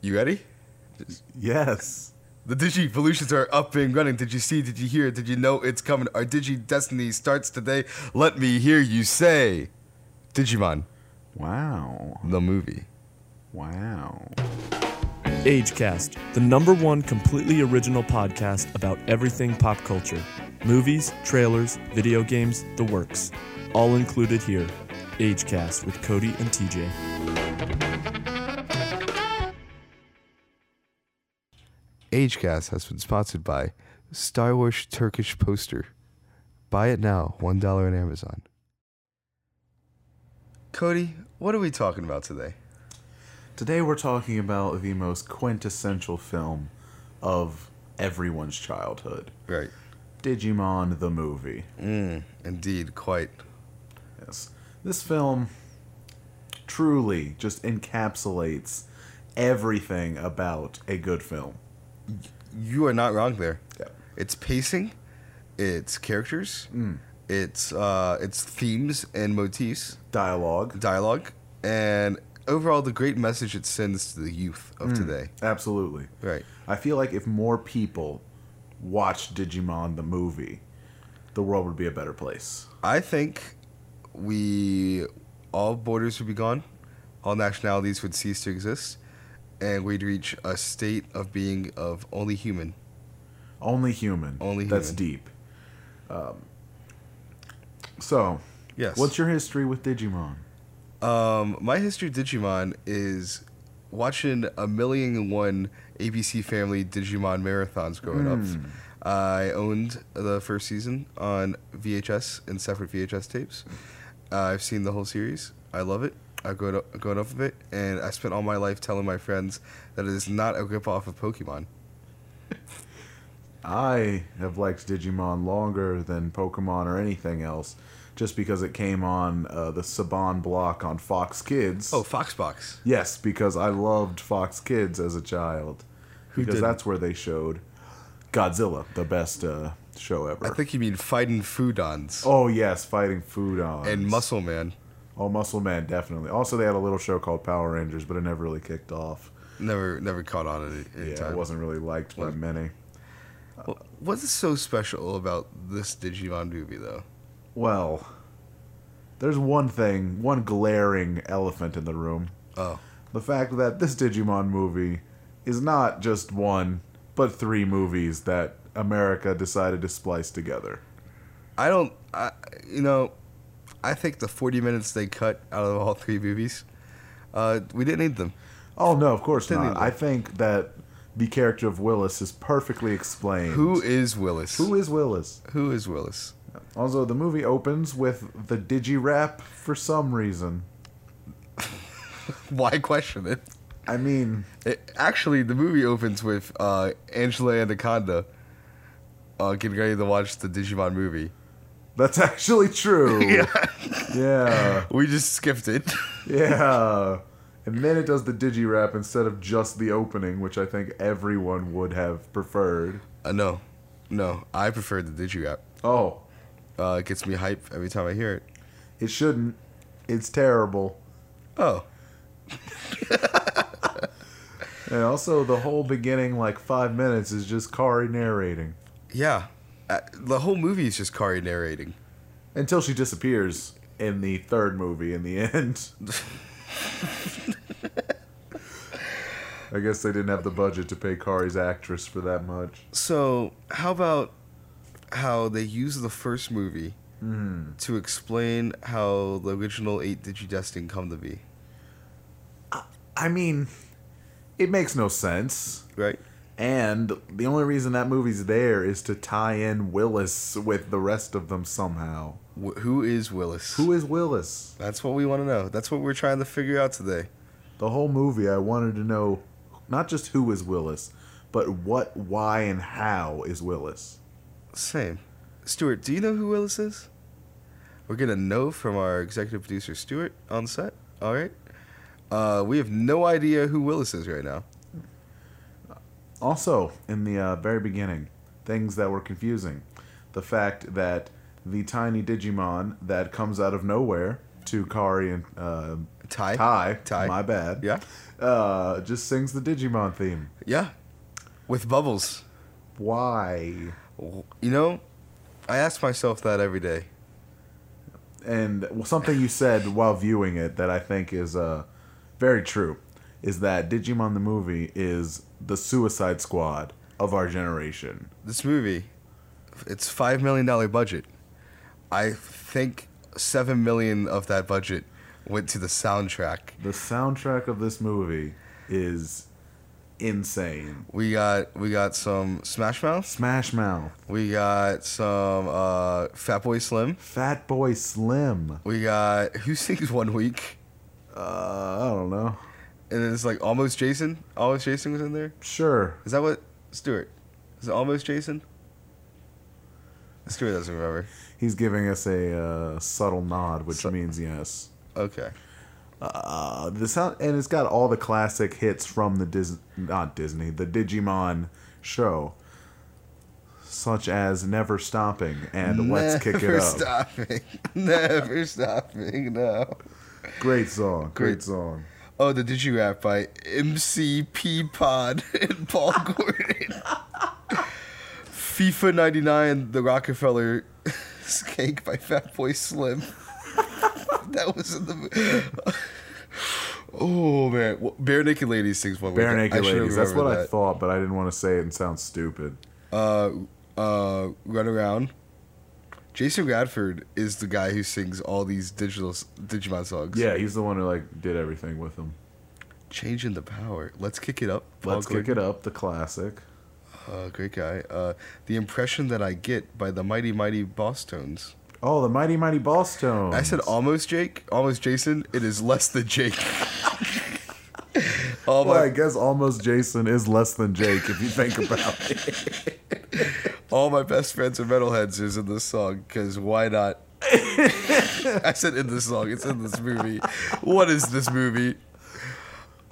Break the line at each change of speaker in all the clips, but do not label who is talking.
You ready?
Yes.
The Digi Evolutions are up and running. Did you see? Did you hear? Did you know it's coming? Our Digi Destiny starts today. Let me hear you say Digimon,
Wow.
the movie.
Wow.
AgeCast, the number one completely original podcast about everything pop culture movies, trailers, video games, the works. All included here. AgeCast with Cody and TJ.
AgeCast has been sponsored by Star Wars Turkish Poster. Buy it now, $1 on Amazon. Cody, what are we talking about today?
Today we're talking about the most quintessential film of everyone's childhood
Right.
Digimon the movie.
Mm, indeed, quite.
Yes. This film truly just encapsulates everything about a good film.
You are not wrong there.
Yeah.
It's pacing, it's characters, it's uh, it's themes and motifs,
Dialogue.
dialogue, and overall the great message it sends to the youth of today.
Absolutely.
Mm. Right.
I feel like if more people watched Digimon the movie, the world would be a better place.
I think we all borders would be gone, all nationalities would cease to exist, and we'd reach a state of being of only human.
Only human.
Only
That's
human.
deep. Um, so,
Yes.
what's your history with Digimon?
Um, my history of Digimon is watching a million and one ABC Family Digimon marathons growing up. I owned the first season on VHS and separate VHS tapes. Uh, I've seen the whole series. I love it. I've grown up, grown up with it, and I spent all my life telling my friends that it is not a ripoff of Pokemon.
I have liked Digimon longer than Pokemon or anything else, just because it came on uh, the Saban block on Fox Kids.
Oh, Foxbox.
Yes, because I loved Fox Kids as a child. because
didn't?
that's where they showed Godzilla, the best uh, show ever.
I think you mean Fighting Foodons
oh yes, fighting food on
and Muscle Man.
Oh, Muscle Man definitely. Also, they had a little show called Power Rangers, but it never really kicked off.
Never, never caught on at any- any
Yeah,
time.
it wasn't really liked by many.
Well, What's so special about this Digimon movie, though?
Well, there's one thing, one glaring elephant in the room.
Oh,
the fact that this Digimon movie is not just one, but three movies that America decided to splice together.
I don't. I, you know, I think the forty minutes they cut out of all three movies, uh, we didn't need them.
Oh no, of course
Didn't
not.
either.
I think that the character of Willis is perfectly explained.
Who is Willis?
Who is Willis?
Who is Willis?
Also, the movie opens with the Digi rap for some reason.
Why question it?
I mean,
it actually, the movie opens with uh, Angela Anaconda uh, getting ready to watch the Digimon movie.
that's actually true. yeah. Yeah.
We just skipped it.
Yeah. And then it does the Digi rap instead of just the opening, which I think everyone would have preferred.
uh, no, no, I prefer the Digirap.
Oh,
Uh, it gets me hype every time I hear it.
It shouldn't. It's terrible.
Oh,
And also, the whole beginning, like five minutes, is just Kari narrating
Yeah. Uh, the whole movie is just Kari narrating.
until she disappears in the third movie in the end. I guess they didn't have the budget to pay Kari's actress for that much.
So, how about how they use the first movie to explain how the original 8 Digidestin come to be,
I mean, it makes no sense.
right?
And the only reason that movie's there is to tie in Willis with the rest of them somehow.
Wh- who is Willis?
Who is Willis?
That's what we want to know. That's what we're trying to figure out today.
the whole movie i wanted to know not just who is willis but what why and how is willis
Same. Stuart, do you know who Willis is? We're going to know from our executive producer, Stuart, on set. All right. Uh, we have no idea who Willis is right now.
also in the uh, very beginning things that were confusing the fact that the tiny digimon that comes out of nowhere to kari and uh,
Ty.
Ty,
Ty.
my bad.
Yeah.
Uh, just sings the Digimon theme.
Yeah. With bubbles.
Why?
You know, I ask myself that every day.
And well, something you said while viewing it that I think is uh, very true is that Digimon the movie is the Suicide Squad of our generation.
This movie, it's $5 million budget. I think 7 million of that budget went to the soundtrack.
The soundtrack of this movie is insane.
We got we got some Smash Mouth.
Smash Mouth,
We got some uh, Fat Boy Slim.
Fat Boy Slim.
We got who sings one week,
Uh, I don't know.
and then it's like almost Jason. Almost Jason was in there.
Sure.
Is that what Stuart? Is it almost Jason? Stuart doesn't remember.
He's giving us a uh, subtle nod, which means yes.
Okay.
Uh, the sound and it's got all the classic hits from the Dis not Disney, the Digimon show, such as "Never Stopping" and "Let's Kick It
Never
Up."
stopping. Never stopping. No.
Great song,
Great.
great song.
Oh, the Digi Rap by MCP Pod and Paul Gordon. FIFA 99, The Rockefeller Skank by Fatboy Slim. that was in the. mo- oh, man. Well, Bare Naked Ladies sings one
Bare
week.
Naked
should
Ladies. That's what
remember
I
that.
thought, but I didn't want to say it and sound stupid.
Uh, uh, Run Around. Jason Radford is the guy who sings all these digital s- Digimon songs.
Yeah, he's the one who like did everything with them.
Changing the power. Let's kick it up. Paul
Let's
Gordon.
kick it up, the classic.
Uh, great guy. Uh, the impression that I get by the mighty mighty boss tones.
Oh, the mighty mighty Ballstone.
I said almost Jake, almost Jason. It is less than Jake. all
Well,
my
I guess almost Jason is less than Jake if you think about it.
all my best friends are metalheads is in this song because why not? I said in this song. It's in this movie. What is this movie?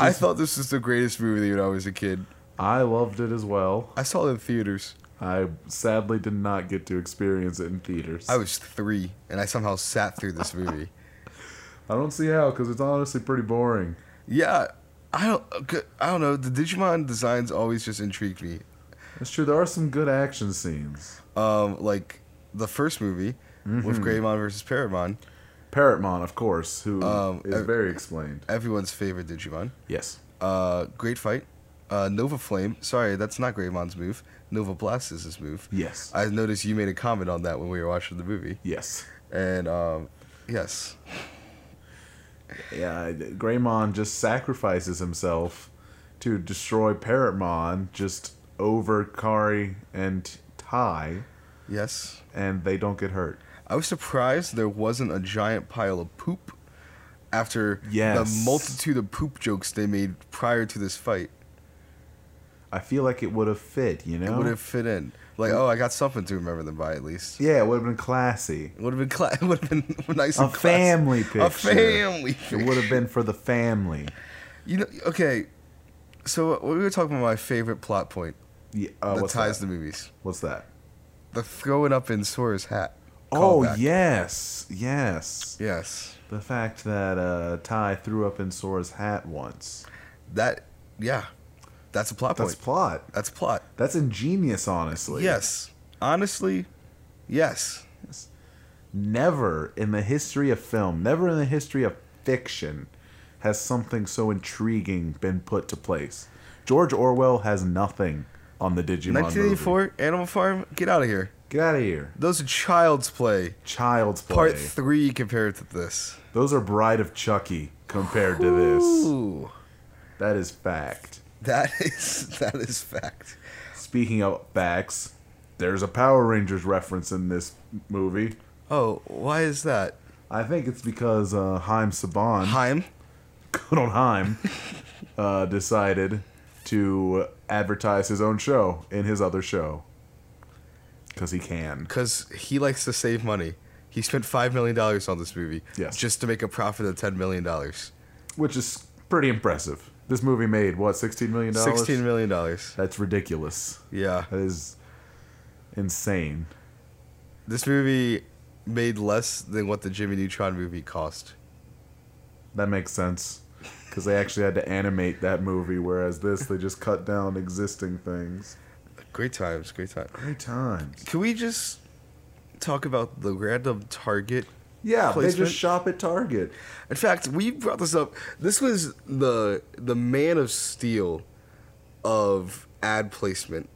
I thought this was the greatest movie when I was a kid.
I loved it as well.
I saw it in theaters.
I sadly did not get to experience it in theaters.
I was three, and I somehow sat through this movie.
I don't see how, because it's honestly pretty boring.
Yeah, I don't. I don't know. The Digimon designs always just intrigued me.
That's true. There are some good action scenes.
Um, like the first movie with Greymon versus Paramon,
Parrotmon, of course, who is
Um, uh,
very explained.
everyone's favorite Digimon.
Yes.
Uh, great fight. Uh, Nova Flame. Sorry, that's not Greymon's move. Nova Blast is his move.
Yes.
I noticed you made a comment on that when we were watching the movie.
yes.
And um, yes,
Yeah, Greymon just sacrifices himself to destroy Parrotmon just over Kari and Ty,
yes.
and they don't get hurt.
I was surprised there wasn't a giant pile of poop after the
Yes.
multitude of poop jokes they made prior to this fight.
I feel like it would have fit, you know?
It would have fit in. Like, oh, I got something to remember them by at least.
Yeah, it would have been classy.
It would have been cla- it would have been nice.
A
and classy.
family picture.
A family. Picture.
It would have been for the family.
You know, okay. So we were talking about my favorite plot point
Yeah, uh,
that
what's
ties
that?
the movies:
What's that?
the throwing up in Sora's hat.
Oh
Callback.
yes, yes.
Yes.
The fact that uh, Ty threw up in Sora's hat once.
That. Yeah. That's a plot
That's
point.
plot.
That's plot.
That's ingenious, honestly.
Yes. Honestly, yes.
Never in the history of film, never in the history of fiction, has something so intriguing been put to place. George Orwell has nothing on the Digimon. movie.
1984, Animal Farm. Get out of here.
Get out of here.
Those are child's play.
Child's play.
Part three compared to this.
Those are Bride of Chucky compared to this.
Ooh.
That is fact.
That is that is fact.
Speaking of facts, there's a Power Rangers reference in this movie.
Oh, why is that?
I think it's because uh, Haim Saban,
Heim.
good old Haim, uh, decided to advertise his own show in his other show. Because he can.
because he likes to save money. He spent five million dollars on this movie,
Yes.
just to make a profit of ten million dollars,
Which is pretty impressive. This movie made, what, $16 million?
sixteen million dollars.
That's ridiculous.
Yeah,
That is insane.
this movie made less than what the Jimmy Neutron movie cost.
That makes sense. Because they actually had to animate that movie, whereas this, they just cut down existing things.
Great times, great times.
Great times.
Can we just talk about the random Target?
Yeah, they
placement?
just shop at Target.
In fact, we brought this up. This was the the man of steel of ad placement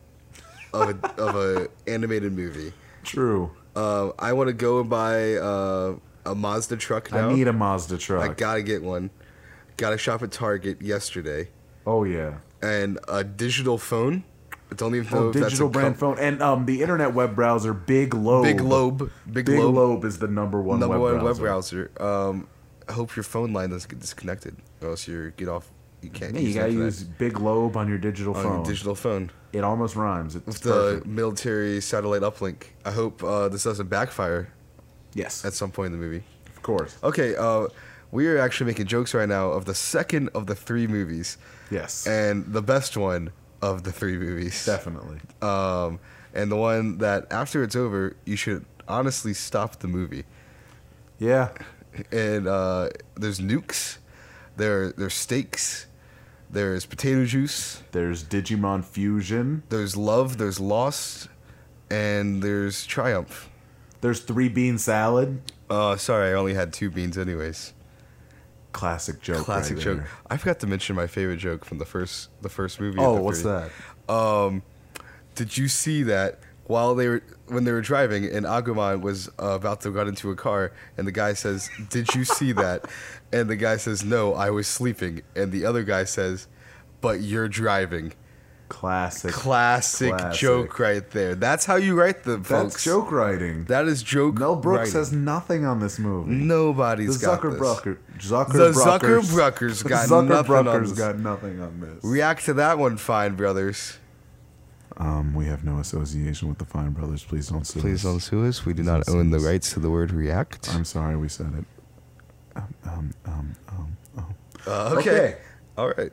of a, of a animated movie.
True.
Uh, I want to go and buy uh, a Mazda truck now.
I need a Mazda truck.
I gotta get one. Gotta shop at Target yesterday.
oh yeah.
And a digital phone. I don't even know
Oh,
if
digital
that's a
brand
com-
phone and um the internet web browser Big Lobe.
Big Lobe. Big,
Big,
Lobe.
Lobe. is the number one
number
web
one
browser.
web browser. Um, I hope your phone line doesn't get disconnected, or else you get off. You can't.
Yeah,
use
you gotta
that for that
use Big Lobe on your digital
on
phone.
your digital phone.
It almost rhymes. It's
With the
perfect.
military satellite uplink. I hope uh, this doesn't backfire
Yes,
at some point in the movie.
of course.
Okay, uh, we are actually making jokes right now of the second of the three movies,
Yes,
and the best one of the three movies.
definitely.
um, and the one that after it's over, you should honestly stop the movie.
Yeah,
And uh, there's nukes, there there's steaks, there's potato juice,
there's Digimon Fusion.
there's love, there's lost, and there's triumph.
There's three bean salad.
Uh, sorry, I only had two beans, anyways.
Classic joke.
Classic
right
joke.
there.
I forgot to mention my favorite joke from the first the first movie. of
Oh,
the
what's
three.
that?
Um, did you see that while they were when they were driving and Agumon was uh, about to run into a car and the guy says, "Did you see that?" And the guy says, "No, I was sleeping." And the other guy says, "But you're driving."
Classic.
Classic,
Classic.
joke right there. That's how you write them, folks.
That's joke writing.
That is joke.
Mel Brooks
writing.
has nothing on this movie. The
nobody's got this.
Zuckerberger, Zucker
The Zuckerbruckers got nothing on this.
got nothing on this.
React to that one, Fine Brothers.
um, we have no association with the Fine Brothers. Please don't sue us.
sue us. We do not
Don't sue own the us.
rights to the word react.
I'm sorry we said it. Um, um, um, um, um.
Uh, okay.
Okay.
All right.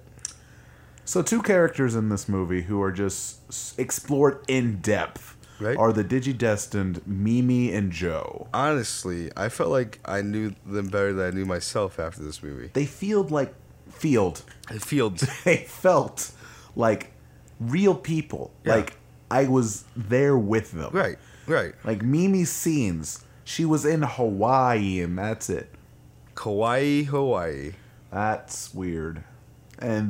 So two characters in this movie who are just s- explored in depth
Right.
are the Digidestined Mimi and Joe.
Honestly, I felt like I knew them better than I knew myself after this movie.
They feel like field.
Fields.
They felt like real people.
Yeah.
Like I was there with them.
right. Right.
Like Mimi's scenes, she was in Hawaii and that's it.
Kauai, Hawaii.
That's weird. And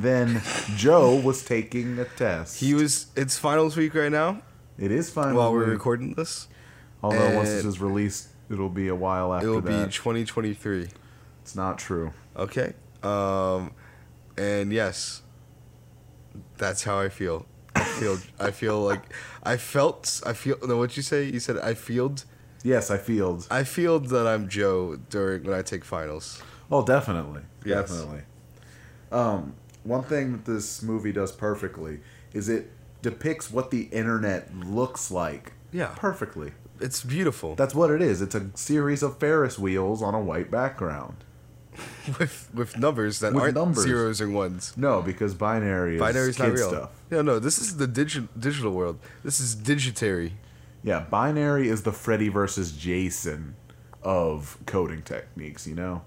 then Joe was taking a test.
He was. It's finals week right now.
it is fine
While we're
with me.
recording this,
Although once
and-
this is released, it'll be a while
it
after
will be
that.
2023.
it's not true.
Okay. Um, and yes, that's how I feel. I feel. I feel like I felt. I feel. No, what you say? You said I feeled.
Yes, I feel.
I feel that I'm Joe during when I take finals.
Oh, definitely.
Yes.
Definitely. Um, one thing that this movie does perfectly is it depicts what the internet looks like.
Yeah.
Perfectly.
It's beautiful
That's what it is. It's a series of Ferris wheels on a white background.
with with numbers that
With
aren't
numbers.
zeros and ones.
No, because binary is
Binary's
kid
not real.
stuff.
No, no. This is the digi- digital world. This is digitary.
Yeah, binary is the Freddy versus Jason of coding techniques, you know?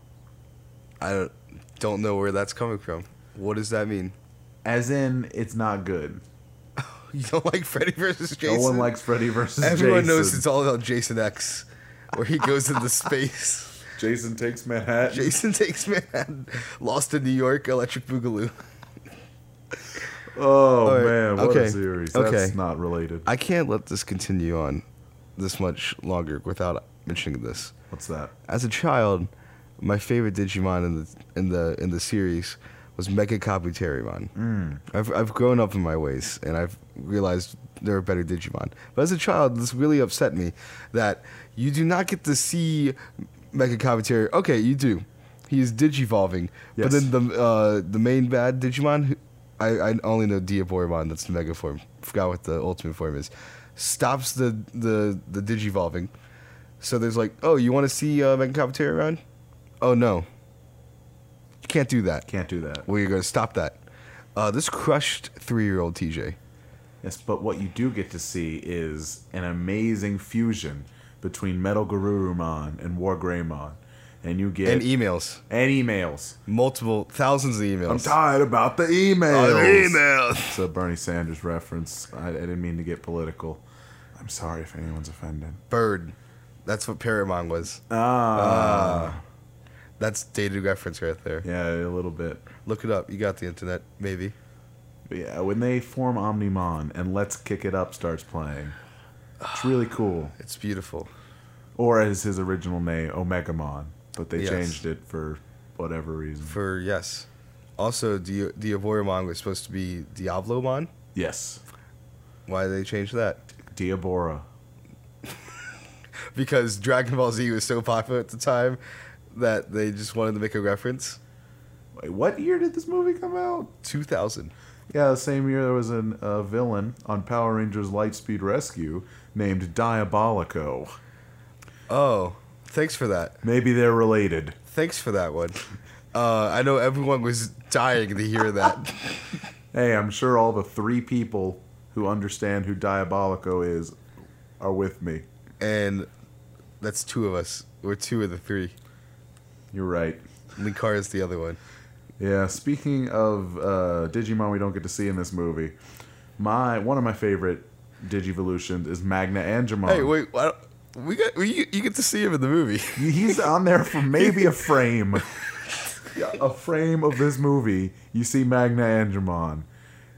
I don't don't know where that's coming from. What does that mean?
As in, it's not good.
You don't like Freddy versus Jason?
No one likes Freddy versus
Everyone
Jason.
knows it's all about Jason X, where he goes into space.
Jason takes Manhattan.
Jason takes Manhattan, Lost in New York, Electric Boogaloo.
Oh
All right,
man, what
okay,
a series.
okay.
That's not related.
I can't let this continue on this much longer without mentioning this.
What's that?
As a child, my favorite Digimon in the in the in the series was Mega Kabuterimon. Mm. I've I've grown up in my ways and I've realized there are better Digimon. But as a child, this really upset me that you do not get to see Mega Kabuteri. Okay, you do. He is digivolving. But
Yes.
then the uh, the main bad Digimon, who- I, I only know Diaboromon. That's the Mega form. Forgot what the ultimate form is. Stops the the the digivolving. So there's like, oh, you want to see uh, Mega Cafeteria around? Oh no, you can't do that.
Can't do that.
We're gonna stop that. Uh, this crushed three-year-old TJ.
Yes, but what you do get to see is an amazing fusion between Metal Garurumon and War Greymon. and e- you get
and emails,
and emails.
multiple thousands of emails.
I'm tired about the emails.
emails.
It's a Bernie Sanders reference. I, I didn't mean to get political. I'm sorry if anyone's offended.
Bird. That's what Paramount was.
Ah,
That's dated reference right there.
yeah, a little bit.
Look it up. You got the internet, maybe.
But yeah, when they form Omnimon and Let's Kick It Up starts playing, it's really cool.
It's beautiful.
Or as his original name, Omegamon, but they
Yes.
changed it for whatever reason.
For yes. Also, the the Avorimon was supposed to be Diablomon.
yes,
Why did they change that?
Diabora.
Because Dragon Ball Z was so popular at the time that they just wanted to make a reference.
Wait, what year did this movie come out?
Two thousand.
Yeah, the same year there was a uh, villain on Power Rangers Lightspeed Rescue named Diabolico.
Oh, thanks for that.
Maybe they're related.
Thanks for that one. Uh, I know everyone was dying to hear that.
Hey, I'm sure all the three people who understand who Diabolico is are with me.
and that's two of us. We're two of the three.
You're right.
Linkar is the other one.
Yeah, speaking of uh, Digimon we don't get to see in this movie, my one of my favorite Digivolutions is Magna Angemon.
Hey, wait, I don't- we got we, you, you get to see him in the movie.
He's on there for maybe a frame. a frame of this movie, you see Magna Angemon.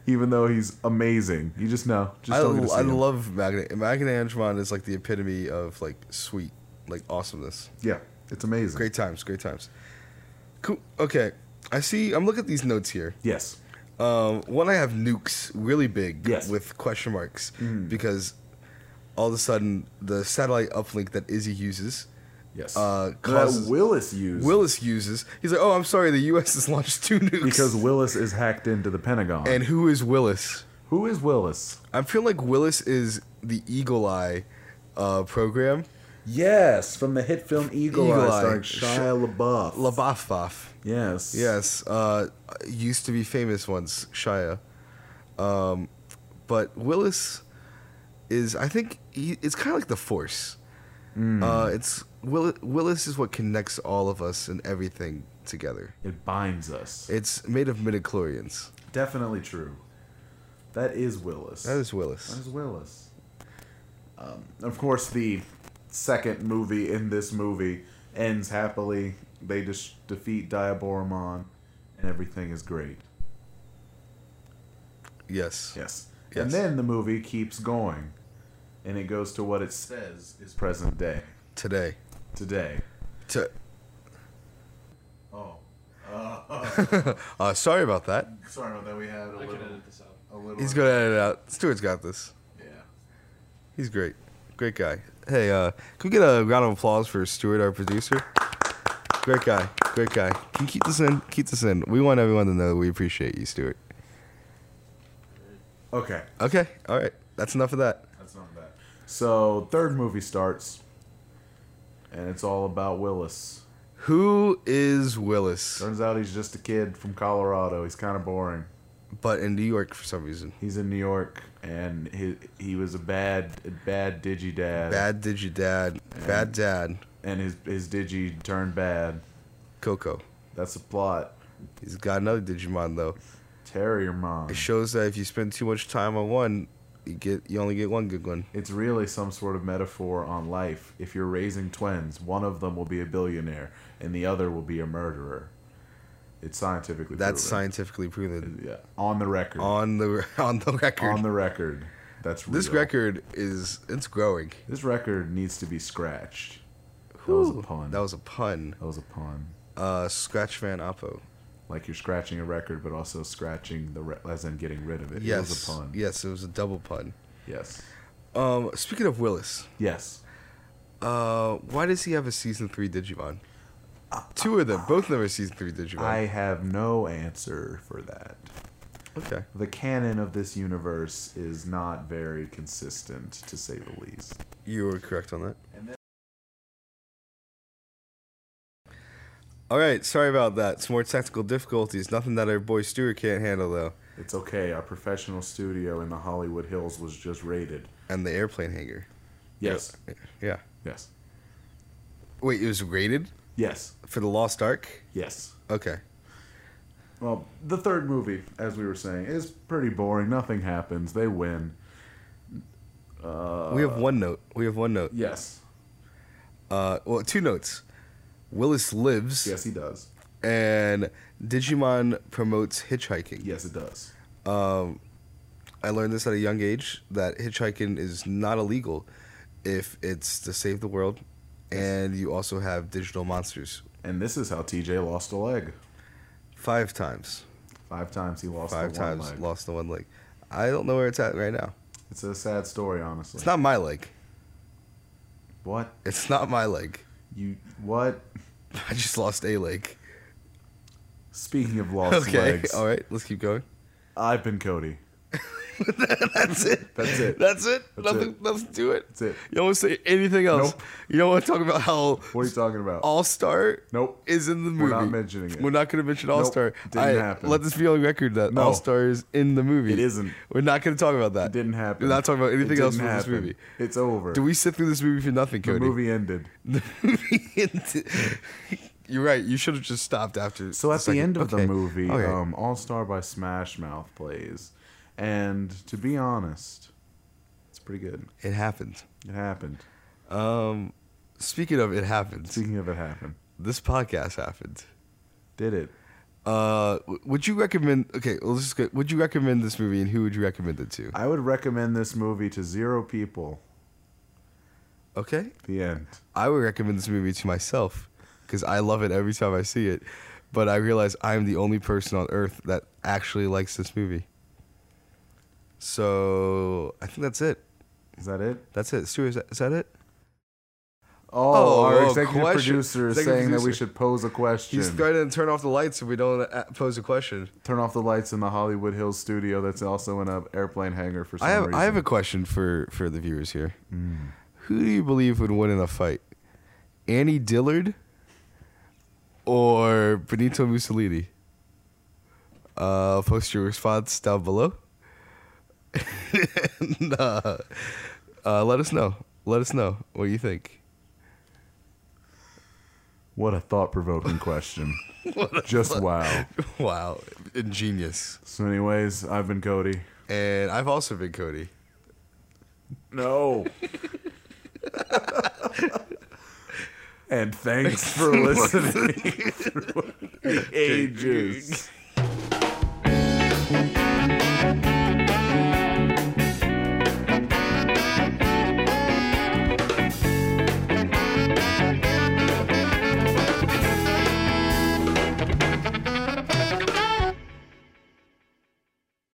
Even though he's amazing. You just know. Just
I,
don't get to see
I
him.
love Magna. Magna Angemon is like the epitome of like sweet, like awesomeness.
Yeah, it's amazing.
Great times, great times. Cool. Okay, I see. I'm looking at these notes here.
Yes.
Um, one I have nukes really big
Yes. Mm.
with question marks because all of a sudden the satellite uplink that Izzy uses,
Yes.
Uh,
That
causes-
Willis used.
Willis uses. He's like, oh, I'm sorry, the U.S. has launched two nukes.
because Willis is hacked into the Pentagon.
and who is Willis?
who is Willis?
I feel like Willis is the Eagle Eye uh, program.
Yes, from the hit film Eagle,
Eagle
Eye,
Eye.
starring
Sh-
Shia LaBeouf.
Labaffaf.
yes.
Yes, uh, used to be famous once, Shia. Um, but Willis is, I think, he, it's kind of like the Force. Uh, it's Will, Willis is what connects all of us and everything together.
It binds us.
It's made of midichlorians.
Definitely true. That is Willis.
That is Willis.
That is Willis. Um, of course, the second movie in this movie ends happily. They just defeat Diaboromon, and everything is great.
yes.
Yes.
Yes.
And then the movie keeps going, and it goes to what it says is present day.
Today.
Today.
To,
Oh,
uh, sorry about that.
sorry about that. We had a little.
this out.
A little.
He's going to edit it out. Stewart's got this.
Yeah.
He's great. Great guy. Hey, uh, can we get a round of applause for Stuart, our producer? Great guy. Great guy. Can you keep this in? Keep this in. We want everyone to know we appreciate you, Stuart.
Okay.
Okay. All right. That's enough of that.
That's not bad. So third movie starts, and it's all about Willis.
Who is Willis?
Turns out he's just a kid from Colorado. He's kind of boring.
But in New York for some reason.
He's in New York, and he he was a bad bad digi dad,
Bad digi dad. Bad dad.
and his his digi turned bad.
Coco.
That's the plot.
He's got another Digimon though.
Terrier mom.
It shows that if you spend too much time on one, you get you only get one good one.
It's really some sort of metaphor on life. If you're raising twins, one of them will be a billionaire, and the other will be a murderer. It's scientifically
That's
proven.
scientifically proven.
yeah on the record.
On the on the record.
on the record. That's real.
This record is it's growing.
This record needs to be scratched. That was a
Whew.
pun.
That was a pun.
that was a pun.
Uh, Scratch Van Oppo.
Like you're scratching a record, but also scratching the re- as in getting rid of it.
Yes,
It was a pun.
yes, it was a double pun.
Yes.
Um, speaking of Willis,
Yes.
uh, why does he have a season three Digimon? Two of them, both of them are season three Digimon.
I have no answer for that.
okay,
The canon of this universe is not very consistent, to say the least.
you were correct on that.
And then-
All right, sorry about that. Some more technical difficulties. Nothing that our boy Stuart can't handle though,
It's okay. Our professional studio in the Hollywood Hills was just raided.
and the airplane hangar.
Yes.
Yeah.
Yes.
Wait, it was raided.
Yes.
for the Lost Ark.
Yes.
Okay.
Well, the third movie, as we were saying, is pretty boring. Nothing happens. They win.
we have one note. We have one note.
Yes.
Uh, well, two notes. Willis lives,
Yes, he does.
and Digimon promotes hitchhiking. Um,
Yes, it does.
I learned this at a young age that hitchhiking is not illegal if it's to save the world, and you also have digital monsters.
And this is how TJ lost a leg.
Five times.
Five times he lost
Five
the one
times
leg.
lost the one leg. I don't know where it's at right now.
It's a sad story, honestly.
It's not my leg.
what
It's not my leg.
you what?
I just lost a leg.
Speaking of lost
Okay.
legs,
All right. Let's keep going.
I've been Cody.
That's it.
That's it.
That's it.
That's
nothing.
it.
Nothing to it.
That's it.
You don't want to say anything else.
Nope.
You don't want to talk about how
What are you talking about?
All Star
Nope.
is in the movie.
We're not mentioning it.
We're not going to mention All Star.
didn't happen.
Let this be on record that
No.
All Star is in the movie.
It isn't.
We're not going to talk about that.
It didn't happen.
We're not talking about
It
anything else
didn't
from this
happen.
movie.
It's over.
Do we sit through this movie for nothing,
the
Cody?
movie ended.
The movie- You're right. You should have just stopped after.
So at the
second-
end of
Okay.
the movie,
Okay.
um, All Star by Smash Mouth plays, and to be honest, it's pretty good.
it happened.
It happened.
Um, speaking of it happened,
Speaking of it happened,
this podcast happened.
did it?
Uh, w- would you recommend? Okay, well, let's just go. Would you recommend this movie, and who would you recommend it to?
I would recommend this movie to zero people.
Okay,
The end.
I would recommend this movie to myself because I love it every time I see it. But I realize I'm the only person on earth that actually likes this movie. So I think that's it.
Is that it?
That's it. Stu, is that, is that it?
Oh,
Oh,
our
oh,
executive
question.
producer is
Executive
saying that we
producer.
should pose a question.
He's going to turn off the lights if we don't uh, pose a question.
Turn off the lights in the Hollywood Hills studio that's also in an airplane hangar for some
I have
reason. Mm.
I have a question for for the viewers here. Who do you believe would win in a fight, Annie Dillard or Benito Mussolini? Uh, post your response down below. and, uh, uh, let us know. Let us know what you think.
What a thought provoking question. Just wow.
Wow, ingenious.
So, anyways, I've been Cody.
And I've also been Cody.
No. and thanks for listening. for ages.